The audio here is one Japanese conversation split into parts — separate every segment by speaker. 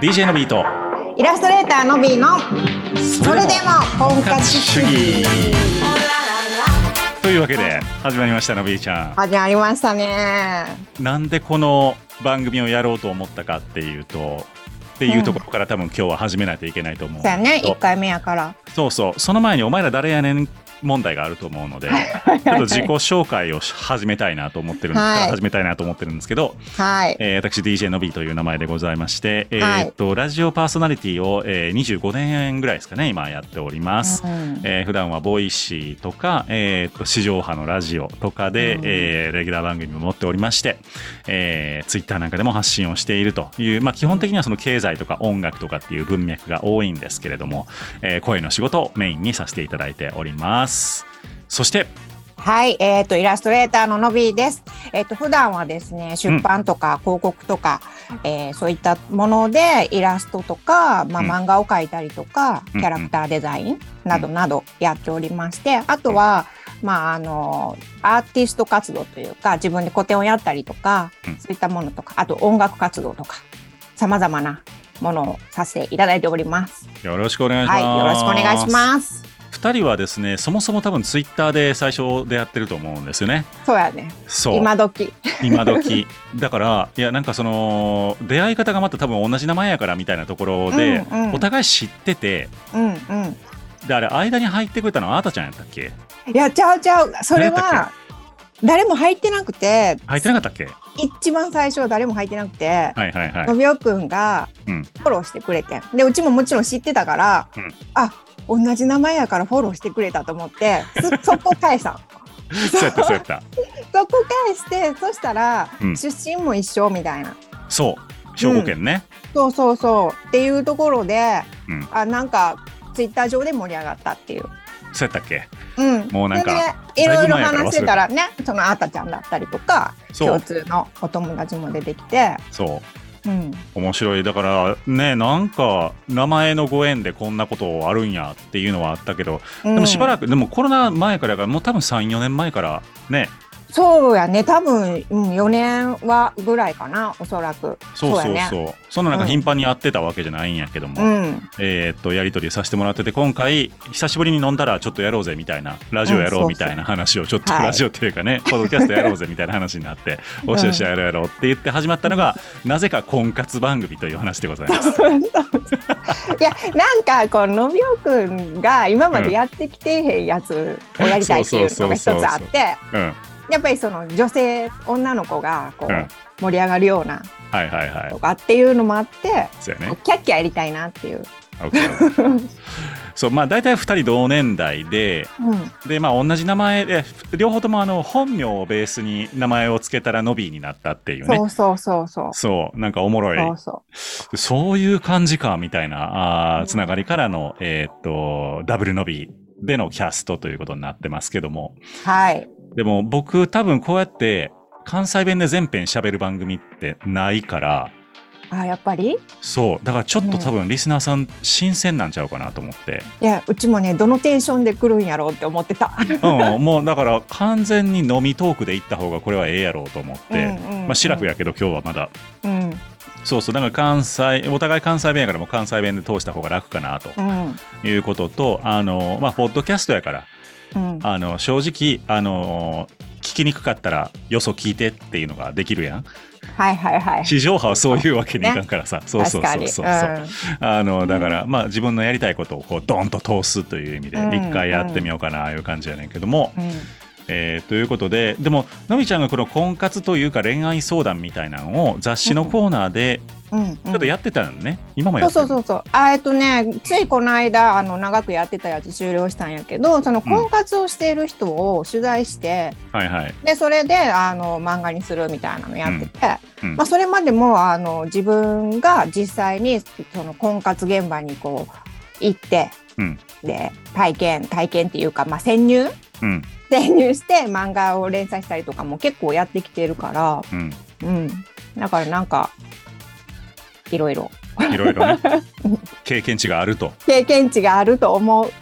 Speaker 1: DJ のビート
Speaker 2: イラストレーターのびーのそれでも婚活主義
Speaker 1: というわけで始まりましたのびーちゃ
Speaker 2: 始まりましたね
Speaker 1: んなんでこの番組をやろうと思ったかっていうとっていうところから多分今日は始めないといけないと思う
Speaker 2: そうやね
Speaker 1: そう
Speaker 2: 1回目やから
Speaker 1: そうそうその前にお前ら誰やねん問題があると思うのでちょっと自己紹介をし始めたいなと思ってるんです、
Speaker 2: はい
Speaker 1: 始めたいなと思ってるんですけど、
Speaker 2: はい
Speaker 1: えー私 DJ のびーという名前でございまして、え
Speaker 2: はい
Speaker 1: ーっとラジオパーソナリティを、えー25年ぐらいですかね今やっております、
Speaker 2: うん
Speaker 1: えー普段はボイシーとか、えーと地上波のラジオとかで、
Speaker 2: うん
Speaker 1: えーレギュラー番組も持っておりまして、えー、ツイッターなんかでも発信をしているという、まあ、基本的にはその経済とか音楽とかっていう文脈が多いんですけれども、えー声の仕事をメインにさせていただいておりますそして
Speaker 2: はい、えっ、とイラストレーターののびーです。えっ、と普段はですね、出版とか広告とか、えーそういったものでイラストとか、まあ
Speaker 1: うん
Speaker 2: 漫画を描いたりとか、
Speaker 1: うん
Speaker 2: キャラクターデザインなどなどやっておりまして、あとはまああのアーティスト活動というか自分で個展をやったりとか、
Speaker 1: うん
Speaker 2: そういったものとか、あと音楽活動とか、さまざまなものをさせていただいております。
Speaker 1: よろしくお願いしま
Speaker 2: は
Speaker 1: す、
Speaker 2: い、よろしくお願いします。
Speaker 1: 2人はですねそもそも多分ツイッターで最初出会ってると思うんですよね
Speaker 2: そうやね、
Speaker 1: そう
Speaker 2: 今時。
Speaker 1: 今時だからいやなんかその出会い方がまた多分同じ名前やからみたいなところで、
Speaker 2: うんうん
Speaker 1: お互い知ってて
Speaker 2: うんうん。
Speaker 1: であれ間に入ってくれたのはあーたちゃんやったっけ
Speaker 2: いやちゃうちゃうそれ
Speaker 1: 誰だっ
Speaker 2: は誰も入ってなくて
Speaker 1: 入ってなかったっけ
Speaker 2: 一番最初は誰も入ってなくて
Speaker 1: はいはいはい
Speaker 2: のびおくんが
Speaker 1: うん
Speaker 2: フォローしてくれてでうちももちろん知ってたから、
Speaker 1: うん
Speaker 2: あ同じ名前やからフォローしてくれたと思って そそこ返したの
Speaker 1: そうやったそうやった
Speaker 2: そこ返してそしたら、
Speaker 1: うん
Speaker 2: 出身も一緒みたいな
Speaker 1: そう兵庫県ね、
Speaker 2: そうそうそうっていうところで、
Speaker 1: うん
Speaker 2: あなんかツイッター上で盛り上がったっていう。
Speaker 1: そうやったっけ
Speaker 2: うん、
Speaker 1: もうなんか
Speaker 2: それでいろいろ
Speaker 1: だいぶ前やから忘れた
Speaker 2: 話してたらねそのあーたちゃんだったりとか
Speaker 1: そ
Speaker 2: 共
Speaker 1: う
Speaker 2: 通のお友達も出てきて、
Speaker 1: そう
Speaker 2: うん、
Speaker 1: 面白いだからねなんか名前のご縁でこんなことあるんやっていうのはあったけど
Speaker 2: で
Speaker 1: でもしばらく、でもコロナ前からやからもう多分34年前からね
Speaker 2: そうやね多分、うん、4年はぐらいかなおそらく
Speaker 1: そうそうそうそ
Speaker 2: やね
Speaker 1: んななんか
Speaker 2: うん
Speaker 1: 頻繁に会ってたわけじゃないんやけども、
Speaker 2: うん
Speaker 1: えーっとやり取りさせてもらってて今回久しぶりに飲んだらちょっとやろうぜみたいなラジオやろうみたいな話をちょっと
Speaker 2: はい
Speaker 1: ラジオっていうかね、ポッドキャストやろうぜみたいな話になって
Speaker 2: うん
Speaker 1: おしおしや ろうやろうって言って始まったのがなぜか婚活番組という話でござい ます。
Speaker 2: いやなんかこうのびおくんが今までやってきてへんやつをやりたいっていうのが一つ
Speaker 1: うんそうそうそうそう
Speaker 2: あって
Speaker 1: うん、はい
Speaker 2: やっぱりその女性女の子がこ
Speaker 1: うん
Speaker 2: う盛り上がるような
Speaker 1: はいはい
Speaker 2: とかっていうのもあって
Speaker 1: そうやね。
Speaker 2: キャッキャやりたいなっていう。
Speaker 1: OK そうまあ大体2人同年代で
Speaker 2: うん
Speaker 1: でまあ同じ名前で両方ともあの本名をベースに名前を付けたらノビーになったっていうね
Speaker 2: そうそうそうそう。
Speaker 1: そうなんかおもろい
Speaker 2: そうそ
Speaker 1: そういう感じか、みたいな、あ
Speaker 2: う
Speaker 1: ー
Speaker 2: ん
Speaker 1: つながりからの、えーっと、ダブル伸びでのキャストということになってますけども。
Speaker 2: う。はい。
Speaker 1: でも僕多分こうやって関西弁で全編喋る番組ってないから、
Speaker 2: あ、やっぱり。
Speaker 1: そう。だからちょっと多分リスナーさん新鮮なんちゃうかなと思って。
Speaker 2: いや、うちもね、どのテンションで来るんやろうって思ってた。
Speaker 1: うん、もうだから完全に飲みトークで行った方がこれはええやろうと思っ
Speaker 2: うん
Speaker 1: て。
Speaker 2: うんうん
Speaker 1: まあ、シラフ。やけど今日はまだ。
Speaker 2: うん。
Speaker 1: そうそう。だから関西、お互い関西弁やからもう関西弁で通した方が楽かなと
Speaker 2: うん。
Speaker 1: いうことと、あの、まあ、ポッドキャストやから、
Speaker 2: うん。
Speaker 1: あの正直あの聞きにくかったらよそ聞いてっていうのができるやん
Speaker 2: はいはいはい。
Speaker 1: 地上波はそういうわけにいかんからさ、そうそ
Speaker 2: 確
Speaker 1: うそ
Speaker 2: か
Speaker 1: う
Speaker 2: に。
Speaker 1: そう、あのだから、まあ自分のやりたいことをこうドンと通すという意味で
Speaker 2: うん
Speaker 1: 一回やってみようかなあいう感じやねんけども、
Speaker 2: うん。うん。
Speaker 1: えーということででものみちゃんがこの婚活というか恋愛相談みたいなのを雑誌のコーナーで
Speaker 2: うんうん
Speaker 1: ちょっとやってたのね、今もや
Speaker 2: そう
Speaker 1: ってる
Speaker 2: そうそうそうあえっとねついこの間あの長くやってたやつ終了したんやけどその婚活をしている人を取材して、
Speaker 1: はいはい
Speaker 2: でそれであの漫画にするみたいなのやってて、
Speaker 1: うんうん
Speaker 2: まあ、それまでもあの自分が実際にその婚活現場にこう行って、
Speaker 1: うん
Speaker 2: で体験体験っていうか、まあ、潜入
Speaker 1: うん
Speaker 2: 潜入して漫画を連載したりとかも結構やってきてるか
Speaker 1: うん
Speaker 2: ら、うん、だからなんかいろいろ
Speaker 1: いろい ろね経験値があると
Speaker 2: 経験値があると思う。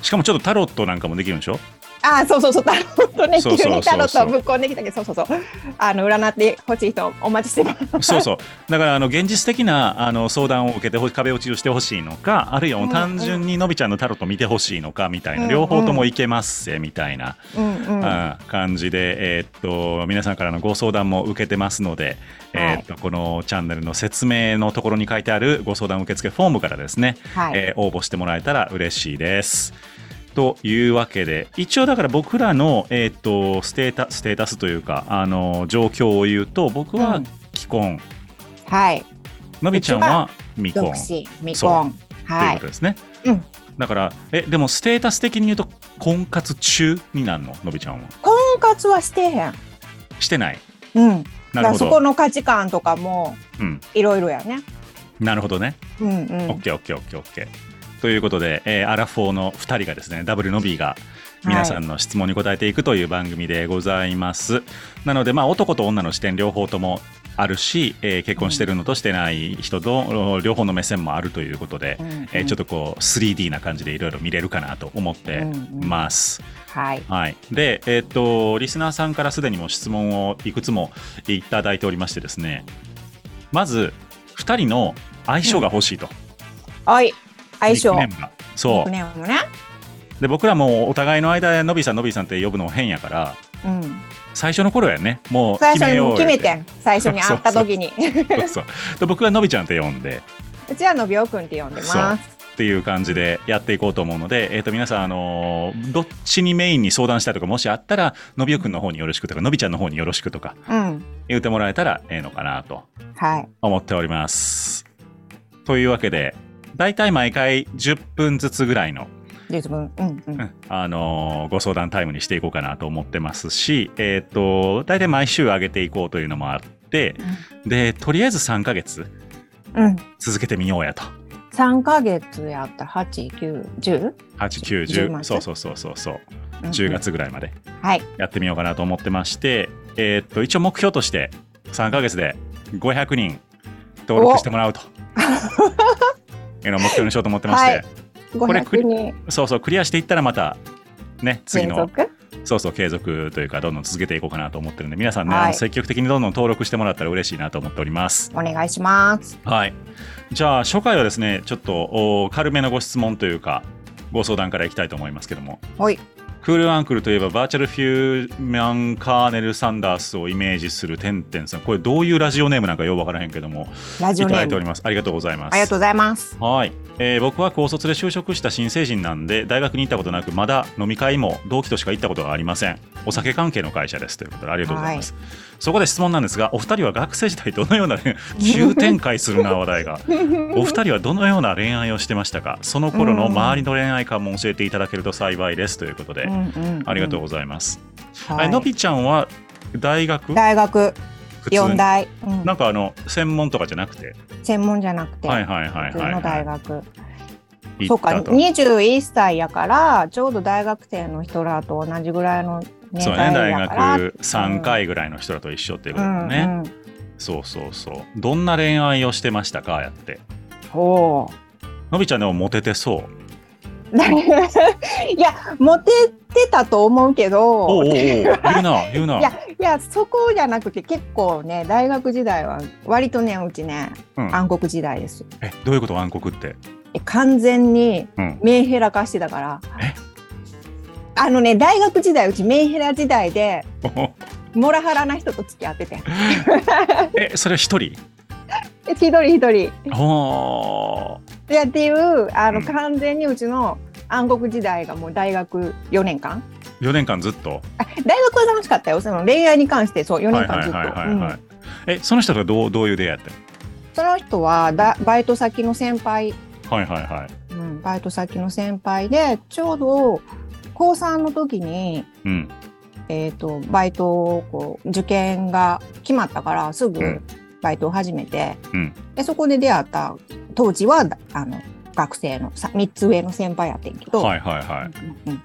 Speaker 1: しかもちょっとタロットなんかもできるんでしょ
Speaker 2: あそうそうそうタロットね
Speaker 1: そうそうそうそう
Speaker 2: 急にタロットぶっ込んできたけどそうそうそうあの占ってほしい人お待ちしてます
Speaker 1: そうそうだからあの現実的なあの相談を受けてほ壁落ちをしてほしいのかあるいはもう単純にのびちゃんのタロット見てほしいのかみたいな、
Speaker 2: うん
Speaker 1: 両方ともいけますせみたいな、
Speaker 2: うんうん
Speaker 1: あ感じで、えーっと皆さんからのご相談も受けてますので、
Speaker 2: はい
Speaker 1: えーっとこのチャンネルの説明のところに書いてあるご相談受付フォームからですね、
Speaker 2: はい、
Speaker 1: えー応募してもらえたら嬉しいです。というわけで一応だから僕らの、えーっとステータステータスというかあの状況を言うと僕
Speaker 2: う
Speaker 1: は
Speaker 2: ん
Speaker 1: 既婚、
Speaker 2: はい
Speaker 1: のびちゃんは未婚
Speaker 2: 独
Speaker 1: っていう
Speaker 2: 身未
Speaker 1: そう
Speaker 2: 婚は
Speaker 1: こ
Speaker 2: い
Speaker 1: とですね。
Speaker 2: うん
Speaker 1: だからえでもステータス的に言うと婚活中になるののびちゃんは
Speaker 2: 婚活はしてへん
Speaker 1: してない。
Speaker 2: うん
Speaker 1: なるほ
Speaker 2: だからそこ
Speaker 1: ど。
Speaker 2: の価値観とかも
Speaker 1: うん、
Speaker 2: いろいろやね
Speaker 1: なるほどね。
Speaker 2: うんうん
Speaker 1: オッケーオッケーオッケーオッケー。ということで、えーアラフォーの2人がですね、ダブルの B が皆さんの質問に答えていくという番組でございます。なので、まあ、男と女の視点両方ともあるし、えー結婚してるのとしてない人と両方の目線もあるということで、えーちょっ
Speaker 2: と
Speaker 1: とこう 3D な感じでいろいろ見れるかなと思ってます。
Speaker 2: はい
Speaker 1: はい、で、えーっと、リスナーさんからすでにも質問をいくつもいただいておりましてですね、まず、2人の相性が欲しいと。
Speaker 2: はい相性
Speaker 1: ニックネームがそ
Speaker 2: ニックネームね
Speaker 1: うで僕らもお互いの間でのびさんのびさんって呼ぶの変やから
Speaker 2: うん
Speaker 1: 最初の頃やねもう
Speaker 2: 最
Speaker 1: 決め
Speaker 2: 初
Speaker 1: よう
Speaker 2: に決めて
Speaker 1: ん
Speaker 2: ん最初に会った時に
Speaker 1: そうそうで僕はのびちゃんって呼んで
Speaker 2: うちはのびおくんって呼んでます
Speaker 1: っていう感じでやっていこうと思うので、えー、と皆さん、あのーどっちにメインに相談したいとかもしあったらのびおくんの方によろしくとかのびちゃんの方によろしくとか
Speaker 2: うん
Speaker 1: 言ってもらえたらええのかなと
Speaker 2: はい
Speaker 1: 思っておりますというわけで大体毎回10分ずつぐらいの
Speaker 2: 十分うんうん
Speaker 1: あのーご相談タイムにしていこうかなと思ってますし、えっと大体毎週上げていこうというのもあってでとりあえず3ヶ月
Speaker 2: うん
Speaker 1: 続けてみようやと
Speaker 2: 三ヶ月やったら八九十10
Speaker 1: 8910
Speaker 2: 月
Speaker 1: そうそうそうそうそう10月ぐらいまで
Speaker 2: はい
Speaker 1: やってみようかなと思ってまして、えっと一応目標として3ヶ月で500人登録してもらうというのを目標にしようと思ってまして、
Speaker 2: はい五
Speaker 1: れ
Speaker 2: 百に
Speaker 1: そうそうクリアしていったらまたね次
Speaker 2: 連
Speaker 1: の
Speaker 2: 続
Speaker 1: そうそう継続というかどんどん続けていこうかなと思ってるんで皆さんね、
Speaker 2: はい
Speaker 1: あの積極的にどんどん登録してもらったら嬉しいなと思っております。
Speaker 2: お願いします
Speaker 1: はい、じゃあ初回はですねちょっとお軽めのご質問というかご相談からいきたいと思いますけども
Speaker 2: ほい
Speaker 1: クールアンクルといえばバーチャルフューマンカーネル・サンダースをイメージするてんてんさんこれどういうラジオネームなんかようわからへんけども
Speaker 2: ラ
Speaker 1: い
Speaker 2: ジ
Speaker 1: た
Speaker 2: オネ
Speaker 1: だい
Speaker 2: ー
Speaker 1: てお
Speaker 2: ム
Speaker 1: りますありがとうございます
Speaker 2: ありがとうございます
Speaker 1: はい、えー僕は高卒で就職した新成人なんで大学に行ったことなくまだ飲み会も同期としか行ったことがありませんお酒関係の会社ですということでありがとうございます、そこで質問なんですがお二人は学生時代どのような 恋急展開するな話題 がお二人はどのような恋愛をしてましたかその頃の周りの恋愛観も教えていただけると幸いですということで、ありがとう
Speaker 2: ご
Speaker 1: ございます、
Speaker 2: ざ
Speaker 1: えのびちゃんは大学
Speaker 2: 大学
Speaker 1: 普
Speaker 2: 四
Speaker 1: に
Speaker 2: 大、うん
Speaker 1: なんかあの専門とかじゃなくて
Speaker 2: 専門じゃなくて、
Speaker 1: はいはいはい
Speaker 2: 普通
Speaker 1: はい、
Speaker 2: の大
Speaker 1: は
Speaker 2: 学、
Speaker 1: い、
Speaker 2: そうか
Speaker 1: 行ったと
Speaker 2: 21歳やからちょうど大学生の人らと同じぐらいの年
Speaker 1: そうね、
Speaker 2: 代
Speaker 1: 大
Speaker 2: やから
Speaker 1: 学3回ぐらいの人らと一緒っていう
Speaker 2: う
Speaker 1: ことだよ
Speaker 2: ん
Speaker 1: ね、
Speaker 2: うん
Speaker 1: そうそうそうどんな恋愛をしてましたかやって
Speaker 2: おー
Speaker 1: のびちゃんでもモテてそう
Speaker 2: いやモテてたと思う
Speaker 1: お
Speaker 2: け
Speaker 1: うお
Speaker 2: ど
Speaker 1: うおう言うな言うない
Speaker 2: やいやそこじゃなくて結構ね大学時代は割とねうちね、
Speaker 1: うん
Speaker 2: 暗黒時代です
Speaker 1: えどういうこと暗黒って
Speaker 2: え完全に
Speaker 1: うん
Speaker 2: メンヘラ化してたから、
Speaker 1: え
Speaker 2: あのね大学時代うちメンヘラ時代でモラハラな人と付き合ってて
Speaker 1: えそれ一人
Speaker 2: え一人一人
Speaker 1: ほー
Speaker 2: いやっていうあの、
Speaker 1: うん
Speaker 2: 完全にうちの暗黒時代がもう大学4年間
Speaker 1: 4年間ずっと
Speaker 2: あ大学は楽しかったよその恋愛に関してそう4
Speaker 1: は
Speaker 2: 年
Speaker 1: いは
Speaker 2: 間ず
Speaker 1: い
Speaker 2: っと
Speaker 1: はいはいは
Speaker 2: う
Speaker 1: い、
Speaker 2: ん
Speaker 1: えその人とはどうどういう出会いやった
Speaker 2: その人はだバイト先の先輩、
Speaker 1: のはいはいはい
Speaker 2: うん、バイト先の先輩でちょうど高3の時に
Speaker 1: うん
Speaker 2: えー、とバイトをこう受験が決まったからす
Speaker 1: う
Speaker 2: ぐ
Speaker 1: ん
Speaker 2: バイトを始めて、
Speaker 1: うん
Speaker 2: でそこで出会った当時はだあの学生のさ3つ上の先輩やってんけど、
Speaker 1: はいはいはい
Speaker 2: うんうん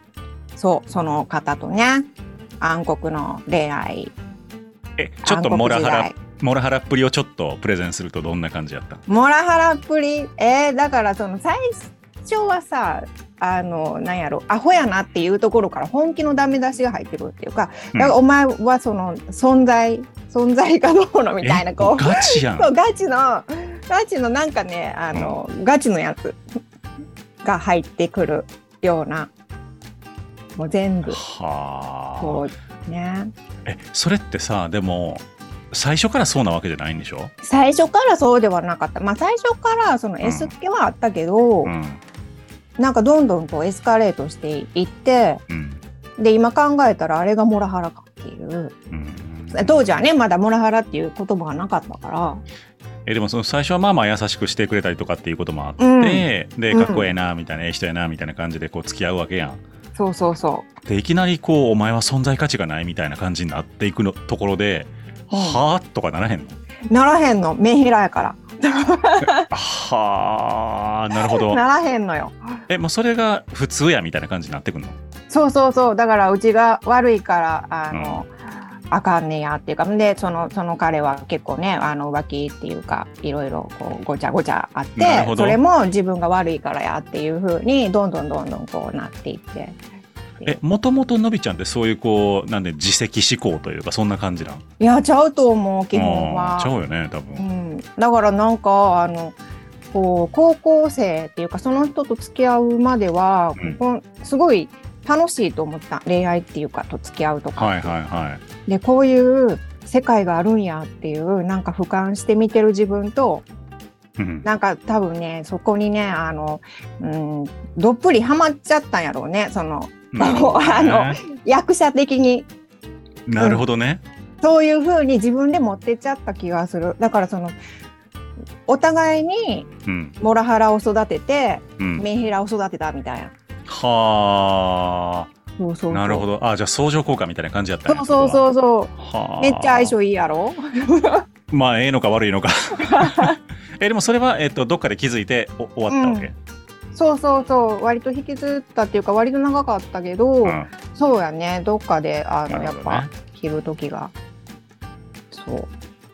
Speaker 2: そうその方とね暗黒の恋愛
Speaker 1: えちょっと
Speaker 2: 暗黒
Speaker 1: モラハ
Speaker 2: 時
Speaker 1: ラ
Speaker 2: 代
Speaker 1: モラハラっぷりをちょっとプレゼンするとどんな感じやった
Speaker 2: モラハラっぷりえーだからその最初はさあのなんやろアホやなっていうところから本気のダメ出しが入ってくるっていうか
Speaker 1: うん
Speaker 2: だからお前はその存在存在がどうのみたいな
Speaker 1: え
Speaker 2: こう
Speaker 1: ガチやん。
Speaker 2: そうガチのガチのなんかねあの、ガチのやつが入ってくるようなもう全部
Speaker 1: はあ。
Speaker 2: こうね
Speaker 1: え、それってさ、でも、最初からそうなわけじゃないんでしょ
Speaker 2: 最初からそうではなかったまあ最初からその
Speaker 1: ん
Speaker 2: S 系はあったけど、
Speaker 1: うん。
Speaker 2: なんかどんどんこうエスカレートしていって
Speaker 1: うん。
Speaker 2: で今考えたらあれがモラハラかっていう
Speaker 1: うん
Speaker 2: 当時はねまだモラハラっていう言葉がなかったから
Speaker 1: えでもその最初はまあまあ優しくしてくれたりとかっていうこともあって、
Speaker 2: うん
Speaker 1: でかっこええなみたいな、ええ人やなみたいな感じでこう付き合うわけやん。
Speaker 2: そうそうそ
Speaker 1: でいきなりこうお前は存在価値がないみたいな感じになっていくのところで、
Speaker 2: うん
Speaker 1: はあとかならへんの
Speaker 2: うならへんの目平やから
Speaker 1: はあなるほど
Speaker 2: ならへんのよ
Speaker 1: えもうそれが普通やみたいな感じになってくるの
Speaker 2: そうそうそうだからうちが悪いからあの、あかんねやっていうかでそのその彼は結構ねあの浮気っていうかいろいろこうごちゃごちゃあっ
Speaker 1: なる
Speaker 2: て
Speaker 1: ほど
Speaker 2: それも自分が悪いからやっていうふうにどんどんどんどんこうなっていって
Speaker 1: えもともとのびちゃんってそういうこうなんで自責思考というかそんな感じなん
Speaker 2: いやちゃうと思う基本
Speaker 1: あ
Speaker 2: は
Speaker 1: ーちゃうよね多分、
Speaker 2: うん、だからなんかあのこう高校生っていうかその人と付き合うまでは、
Speaker 1: うん
Speaker 2: ここすごい楽しいと思った恋愛っていうかと付き合うとか、
Speaker 1: はいはいはい
Speaker 2: でこういう世界があるんやっていうなんか俯瞰して見てる自分と
Speaker 1: うん
Speaker 2: なんか多分ねそこにねあの、うん、どっぷりハマっちゃったんやろうねその
Speaker 1: なるほどね
Speaker 2: あの役者的に
Speaker 1: なるほどね、
Speaker 2: そういう風に自分で持ってっちゃった気がするだからそのお互いに
Speaker 1: うん
Speaker 2: モラハラを育てて
Speaker 1: うん、
Speaker 2: メンヘラを育てたみたいな。
Speaker 1: は
Speaker 2: そうそうそ
Speaker 1: あ
Speaker 2: う
Speaker 1: なるほどあじゃあ相乗効果みたいな感じやったん
Speaker 2: そ
Speaker 1: や
Speaker 2: うそ
Speaker 1: こ
Speaker 2: うそうそう。
Speaker 1: こははあ
Speaker 2: めっちゃ相性いいやろ。
Speaker 1: まあええのか悪いのかえでもそれは、えっとどっかで気づいてお終わったわけ、
Speaker 2: そうそうそう。割と引きずったっていうか割と長かったけど、
Speaker 1: うん
Speaker 2: そうやね。どっかであ
Speaker 1: な
Speaker 2: の、
Speaker 1: る
Speaker 2: や
Speaker 1: ほ
Speaker 2: っ
Speaker 1: どね
Speaker 2: ぱ着る時が。そう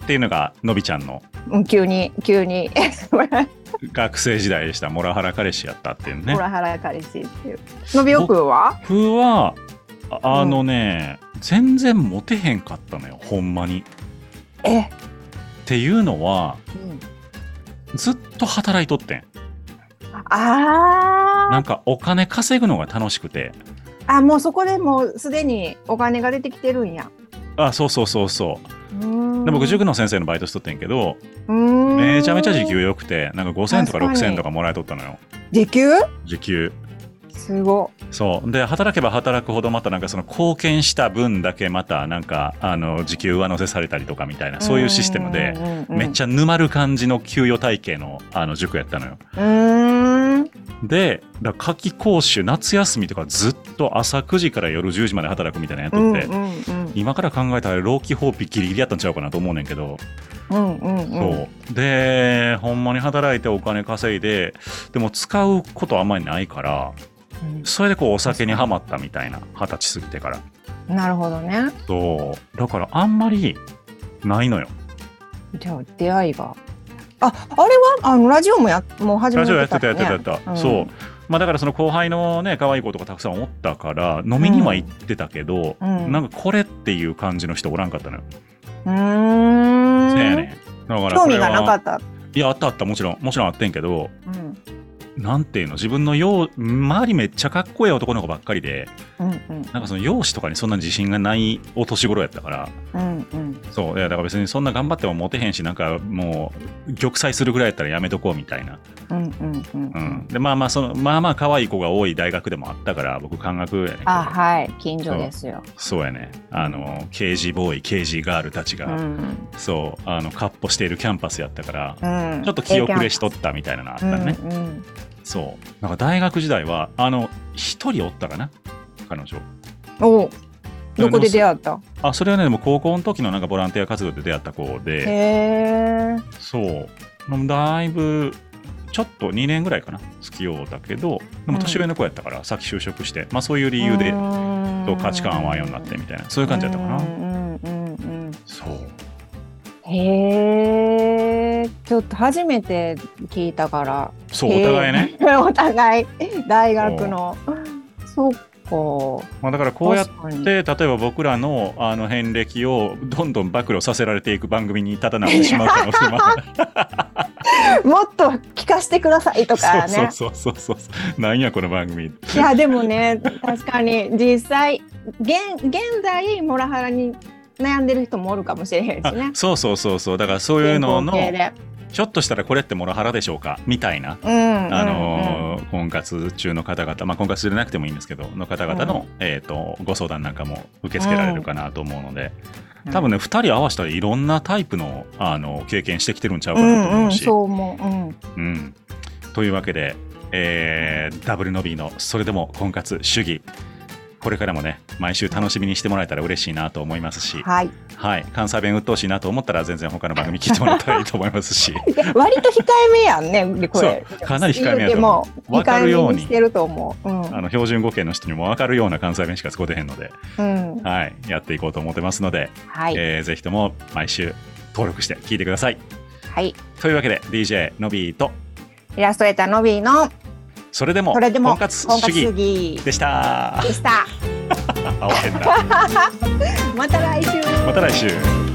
Speaker 1: っていうのがのびちゃんの
Speaker 2: うん。急に急に
Speaker 1: 学生時代でしたモラハラ彼氏やったっていうね
Speaker 2: ほらはら彼氏っていう。のびおくんは？
Speaker 1: 僕はああのね、全然モテへんかったのよほんまに。
Speaker 2: え。
Speaker 1: っていうのは
Speaker 2: うん、
Speaker 1: ずっと働いとってん
Speaker 2: あ
Speaker 1: なんかお金稼ぐのが楽しくて
Speaker 2: あ。あもうそこでもうすでにお金が出てきてるんや。
Speaker 1: あそうそうそうそう
Speaker 2: うーん
Speaker 1: で僕塾の先生のバイトしとってんけど
Speaker 2: うーん
Speaker 1: めちゃめちゃ時給良くてなんか5000とか
Speaker 2: 確かに
Speaker 1: 6000とかもらえとったのよ
Speaker 2: 時給
Speaker 1: 時給
Speaker 2: すご
Speaker 1: そうで働けば働くほどまたなんかその貢献した分だけまたなんかあの時給上乗せされたりとかみたいなそういうシステムでめっ
Speaker 2: ゃ
Speaker 1: ちゃ沼る感じの給与体系のあの塾やったのよ
Speaker 2: うーん
Speaker 1: でだから夏季講習夏休みとかずっと朝9時から夜10時まで働くみたいなのやっ
Speaker 2: うん
Speaker 1: と
Speaker 2: う
Speaker 1: っ
Speaker 2: ん
Speaker 1: て、今から考えたら老基法費ギリギリやったんちゃうかなと思うねんけど、
Speaker 2: うんうんうんうん
Speaker 1: そうでほんまに働いてお金稼いででも使うことあんまりないからそれでこうお酒にはまったみたいな二十歳過ぎてから
Speaker 2: なるほどね
Speaker 1: そうだからあんまりないのよ
Speaker 2: じゃあ出会いがああれはあのラジオもやもう始め
Speaker 1: ラ
Speaker 2: て
Speaker 1: ジオ
Speaker 2: た、ね、
Speaker 1: やってたやってたやってた、
Speaker 2: うん
Speaker 1: そうまあだからその後輩のね可愛い子とかたくさんおったから飲みには行ってたけど、
Speaker 2: うんうん
Speaker 1: なんかこれっていう感じの人おらんかったのよ、
Speaker 2: うーん
Speaker 1: せやねんだから
Speaker 2: 興
Speaker 1: これ
Speaker 2: 味がなか
Speaker 1: は
Speaker 2: った、
Speaker 1: いやあったあったもちろんもちろんあってんけど
Speaker 2: うん
Speaker 1: なんていうの自分のよう周りめっちゃかっこいい男の子ばっかりで
Speaker 2: うんうん
Speaker 1: なんかその容姿とかにそんな自信がないお年頃やったから
Speaker 2: うんうん
Speaker 1: そういやだから別にそんな頑張ってもモテへんしなんかもう玉砕するぐらいやったらやめとこうみたいな、
Speaker 2: うんうんうん
Speaker 1: う
Speaker 2: うんん、
Speaker 1: でまあまあそのまあまあ可愛い子が多い大学でもあったから僕漢学やねんけど
Speaker 2: あはい近所ですよ、
Speaker 1: そうやねあの刑事ボーイ刑事ガールたち
Speaker 2: う
Speaker 1: が、
Speaker 2: ん
Speaker 1: そうあのかっ歩しているキャンパスやったから、
Speaker 2: うん、
Speaker 1: ちょっと気遅れしとったみたいなのあった
Speaker 2: うん
Speaker 1: ね、
Speaker 2: ん
Speaker 1: そうなんか大学時代はあの一人おったかな彼女
Speaker 2: うん、おどこで出会った
Speaker 1: あそれはねでも高校の時のなんかボランティア活動で出会った子
Speaker 2: へ
Speaker 1: で
Speaker 2: え
Speaker 1: そうだいぶちょっと2年ぐらいかな付き合うだけどでも年上の子やったから、さっき就職して、まあ、そういう理由でと価値観合わんようになってみたいなそういう感じやったかな
Speaker 2: うんうんうんうん
Speaker 1: そう
Speaker 2: へえちょっと初めて聞いたから
Speaker 1: そうお互いね、
Speaker 2: へえ お互い大学のそっか
Speaker 1: まあ、だからこうやっ
Speaker 2: 確かに
Speaker 1: て例えば僕らのあの遍歴をどんどん暴露させられていく番組にただなってしまう可能性もある
Speaker 2: もっと聞かせてくださいとかね
Speaker 1: そうそうそうそうそうなんやこの番組
Speaker 2: いやでもね確かに実際現現在モラハラに悩んでる人もおるかもしれへんし
Speaker 1: あ
Speaker 2: ね。
Speaker 1: そうそうそうそうだからそういうのの
Speaker 2: 健康系で
Speaker 1: ちょっとしたらこれってモラハラでしょうかみたいな
Speaker 2: うんうんうん
Speaker 1: あのー婚活中の方々、まあ、婚活中でなくてもいいんですけどの方々の、えー、とご相談なんかも受け付けられるかなと思うので、
Speaker 2: うん
Speaker 1: 多分ね2人合わせたらいろんなタイプのあの経験してきてるんちゃう
Speaker 2: う
Speaker 1: かなと
Speaker 2: ん
Speaker 1: 思
Speaker 2: うん
Speaker 1: うし。
Speaker 2: そう思う、うん、
Speaker 1: うんというわけで、えーダブルノビーの「それでも婚活主義」これからもね毎週楽しみにしてもらえたら嬉しいなと思いますし、
Speaker 2: はい
Speaker 1: はい、関西弁鬱陶しいなと思ったら全然他の番組聞いてもらったらいいと思います し。
Speaker 2: いや割と控えめやんねこれ
Speaker 1: そうかなり控えめやと思う
Speaker 2: 言ても
Speaker 1: わかるように
Speaker 2: 控えめしてると思う、う
Speaker 1: あ
Speaker 2: ん
Speaker 1: の標準語圏の人にも分かるような関西弁しか使ってへんので、
Speaker 2: うん、
Speaker 1: はい、やっていこうと思ってますので、
Speaker 2: はい、
Speaker 1: えーぜひとも毎週登録して聞いてください。
Speaker 2: はい
Speaker 1: というわけで DJ のびーと
Speaker 2: イラストレーターのびーの
Speaker 1: それでも
Speaker 2: それでも
Speaker 1: 婚活主義
Speaker 2: 義
Speaker 1: でした。
Speaker 2: でした
Speaker 1: あ、わへんな。
Speaker 2: また来週
Speaker 1: また来週。